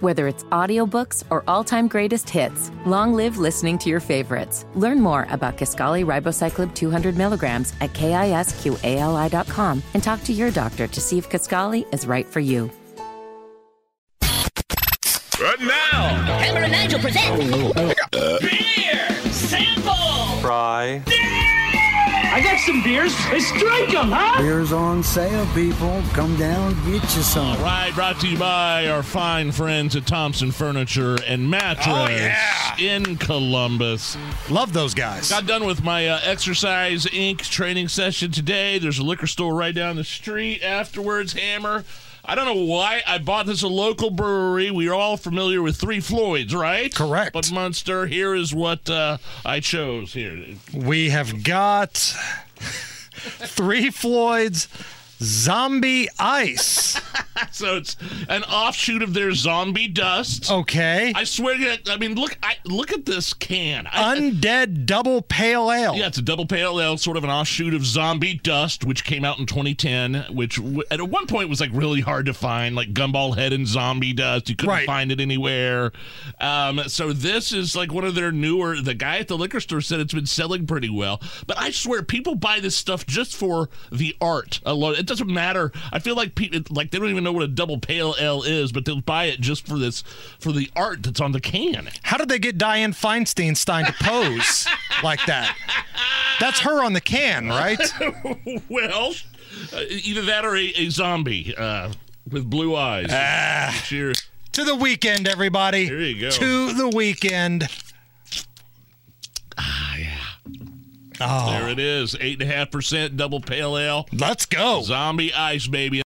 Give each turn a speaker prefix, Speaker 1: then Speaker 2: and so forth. Speaker 1: Whether it's audiobooks or all-time greatest hits, long live listening to your favorites. Learn more about Kaskali Ribocyclib 200 milligrams at kisqali.com and talk to your doctor to see if Kaskali is right for you.
Speaker 2: Right now,
Speaker 3: Elmer and Nigel present
Speaker 4: Uh,
Speaker 2: beer sample.
Speaker 5: Fry.
Speaker 4: I got some beers. Hey, strike them, huh?
Speaker 6: Beer's on sale, people. Come down, get you some.
Speaker 7: Right, brought to you by our fine friends at Thompson Furniture and Mattress
Speaker 2: Oh, yeah.
Speaker 7: in Columbus.
Speaker 8: Love those guys.
Speaker 7: Got done with my uh, Exercise Inc. training session today. There's a liquor store right down the street afterwards, Hammer. I don't know why I bought this at a local brewery. We are all familiar with Three Floyds, right?
Speaker 8: Correct.
Speaker 7: But Munster, here is what uh, I chose. Here,
Speaker 8: We have got three Floyds zombie ice.
Speaker 7: so it's an offshoot of their zombie dust.
Speaker 2: Oh.
Speaker 8: Okay.
Speaker 7: I swear to God, I mean, look, I, look at this can. I,
Speaker 8: Undead double pale ale.
Speaker 7: Yeah, it's a double pale ale, sort of an offshoot of Zombie Dust, which came out in 2010, which w- at one point was like really hard to find, like Gumball Head and Zombie Dust. You couldn't
Speaker 8: Right.
Speaker 7: find it anywhere. Um, so this is like one of their newer. The guy at the liquor store said it's been selling pretty well, but I swear people buy this stuff just for the art alone. It doesn't matter. I feel like people like they don't even know what a double pale ale is, but they'll buy it just for this for the art that's on the can.
Speaker 8: How did they get Diane Feinsteinstein to pose like that? That's her on the can, right?
Speaker 7: well, uh, either that or a, a zombie uh, with blue eyes. Cheers.
Speaker 8: to the weekend, everybody.
Speaker 7: There you go.
Speaker 8: To the weekend.
Speaker 7: Ah, There it is. 8.5% double pale ale.
Speaker 8: Oh, Let's go.
Speaker 7: Zombie ice, baby.